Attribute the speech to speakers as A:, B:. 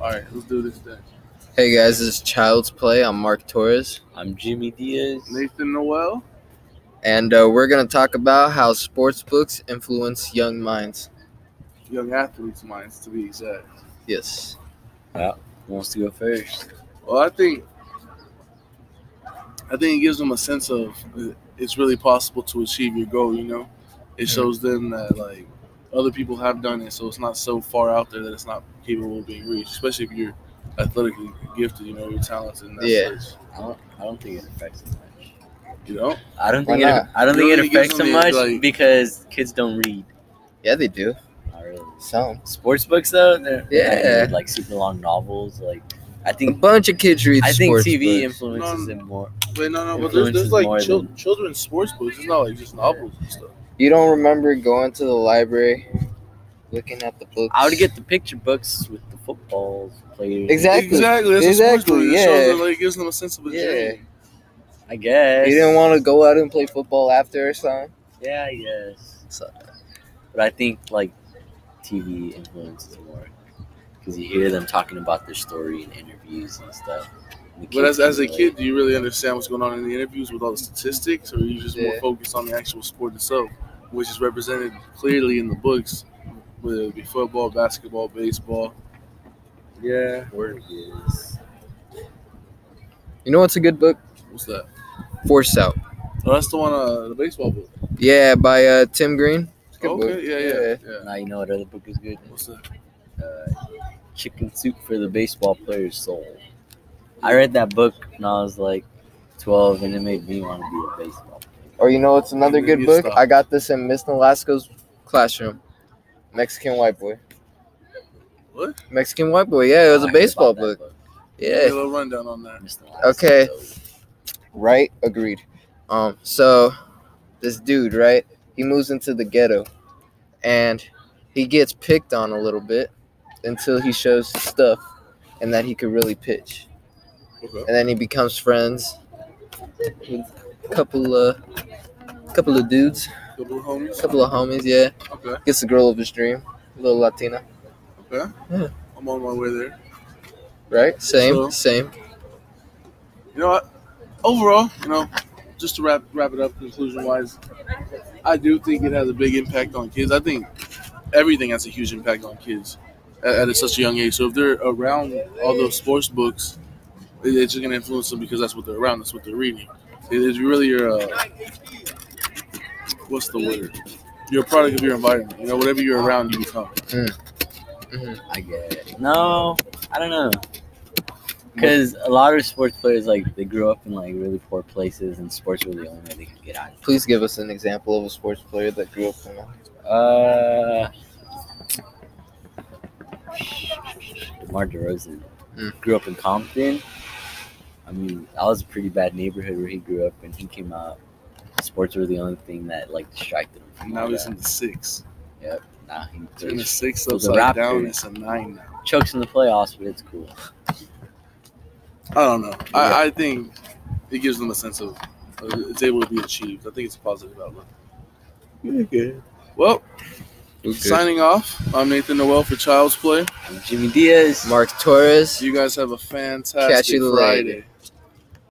A: All right, let's do this thing.
B: Hey guys, this is Child's Play. I'm Mark Torres,
C: I'm Jimmy Diaz.
A: Nathan Noel.
B: and uh, we're going to talk about how sports books influence young minds.
A: Young athletes' minds, to be exact.
B: Yes.
C: Who wants to go first?
A: Well, I think I think it gives them a sense of uh, it's really possible to achieve your goal. You know, it
B: Mhm.
A: shows them that like other people have done it, so it's not so far out there that it's not capable of being reached. Especially if you're athletically gifted, you know, you're talented. And that's
B: Yeah.
A: It,
C: I don't, I don't think it affects it much.
A: you know,
C: I don't
B: Why
C: think it,
B: not?
C: I don't
A: You
C: think
A: don't
C: it
A: think it
C: affects
A: gives
C: them
A: them the,
C: much
A: like-
C: because kids don't read.
B: Yeah, they do.
C: Not really.
B: Some.
C: Sports books though, they're
B: Yeah.
C: like, like super long novels. Like I
B: A
C: think
B: bunch of kids read
C: I think
B: sports
C: TV
B: books.
C: influences
A: No,
C: it more.
A: but no, no, but there's,
C: Influences
A: there's like
C: more
A: chil-
C: than-
A: children's sports books. It's not like just novels and stuff.
B: You don't remember going to the library, looking at the books?
C: I would get the picture books with the football players.
B: Exact- Exactly.
A: Exactly. That's exactly.
B: Exactly,
A: Sports book. It
B: yeah.
A: shows that, like, gives them a sense of
B: Yeah.
A: achievement.
C: I guess.
B: You didn't want to go out and play football after or something.
C: Yeah, I guess.
B: So-
C: But I think like TV influences more because you hear them talking about their story in interviews and stuff. And the
A: But
C: kids
A: as, as a
C: can relate.
A: kid, do you really understand what's going on in the interviews with all the statistics, or are you just more
B: Yeah.
A: focused on the actual sport itself, which is represented clearly in the books, whether it be football, basketball, baseball? Yeah.
C: Word is
B: You know what's a good book?
A: What's that?
B: Force Out.
A: Oh, that's the one, uh, the baseball book.
B: Yeah, by uh, Tim Green. It's a good
A: okay.
B: book.
A: Yeah, yeah, yeah,
C: now you know what other book is good.
A: What's that?
C: Uh, Chicken Soup for the Baseball Player's Soul. I read that book when I was like 12, and it made me want to be a baseball player.
B: Or you know what's another
A: Maybe
B: good
A: it's
B: book?
A: the-
B: I got this in Miss Nolasco's classroom. Mexican White Boy.
A: What?
B: Mexican White Boy. Yeah, it was
C: I
B: a
C: heard
B: baseball
C: about that
B: book.
A: Give me A
B: Yeah.
A: little rundown on that.
C: Missed the last
B: Okay.
C: episode.
B: Right. Agreed. Um. So, this dude, right? He moves into the ghetto, and he gets picked on a little bit until he shows his stuff and that he could really pitch.
A: Okay.
B: And then he becomes friends with a couple of couple of dudes,
A: Couple of homies.
B: couple of homies. Yeah.
A: Okay.
B: Gets the girl of his dream, little Latina.
A: Okay.
B: Yeah.
A: I'm on my way there.
B: Right? Same,
A: So-
B: same.
A: you know what? Overall, you know, just to wrap wrap it up, conclusion wise, I do think it has a big impact on kids. I think everything has a huge impact on kids at, at such a young age. So if they're around all those sports books, it, it's just gonna influence them because that's what they're around. That's what they're reading. It is really your uh, what's the word? You're a product of your environment. You know, whatever you're around, you become.
C: I get it. No, I don't know. Because a lot of sports players, like, they grew up in, like, really poor places, and sports were the only way they could get out of
B: Please give us an example of a sports player that grew up in a
C: it. Uh, DeMar DeRozan
B: Mm.
C: grew up in Compton. I mean, that was a pretty bad neighborhood where he grew up, and he came out. Sports were the only thing that, like, distracted him. from
A: And now
C: all
A: he's
C: that.
A: in the six.
C: Nah, he
A: He's in the six
C: Those are
A: upside down.
C: Raptors.
A: It's a nine now.
C: chokes in the playoffs, but it's cool.
A: I don't know. I, I think it gives them a sense of uh, it's able to be achieved. I think it's a positive outlook.
C: Okay.
A: Well, signing off. I'm Nathan Noel for Child's Play.
C: Jimmy Diaz.
B: Mark Torres.
A: You guys have a fantastic
B: Catch you later.
A: Friday.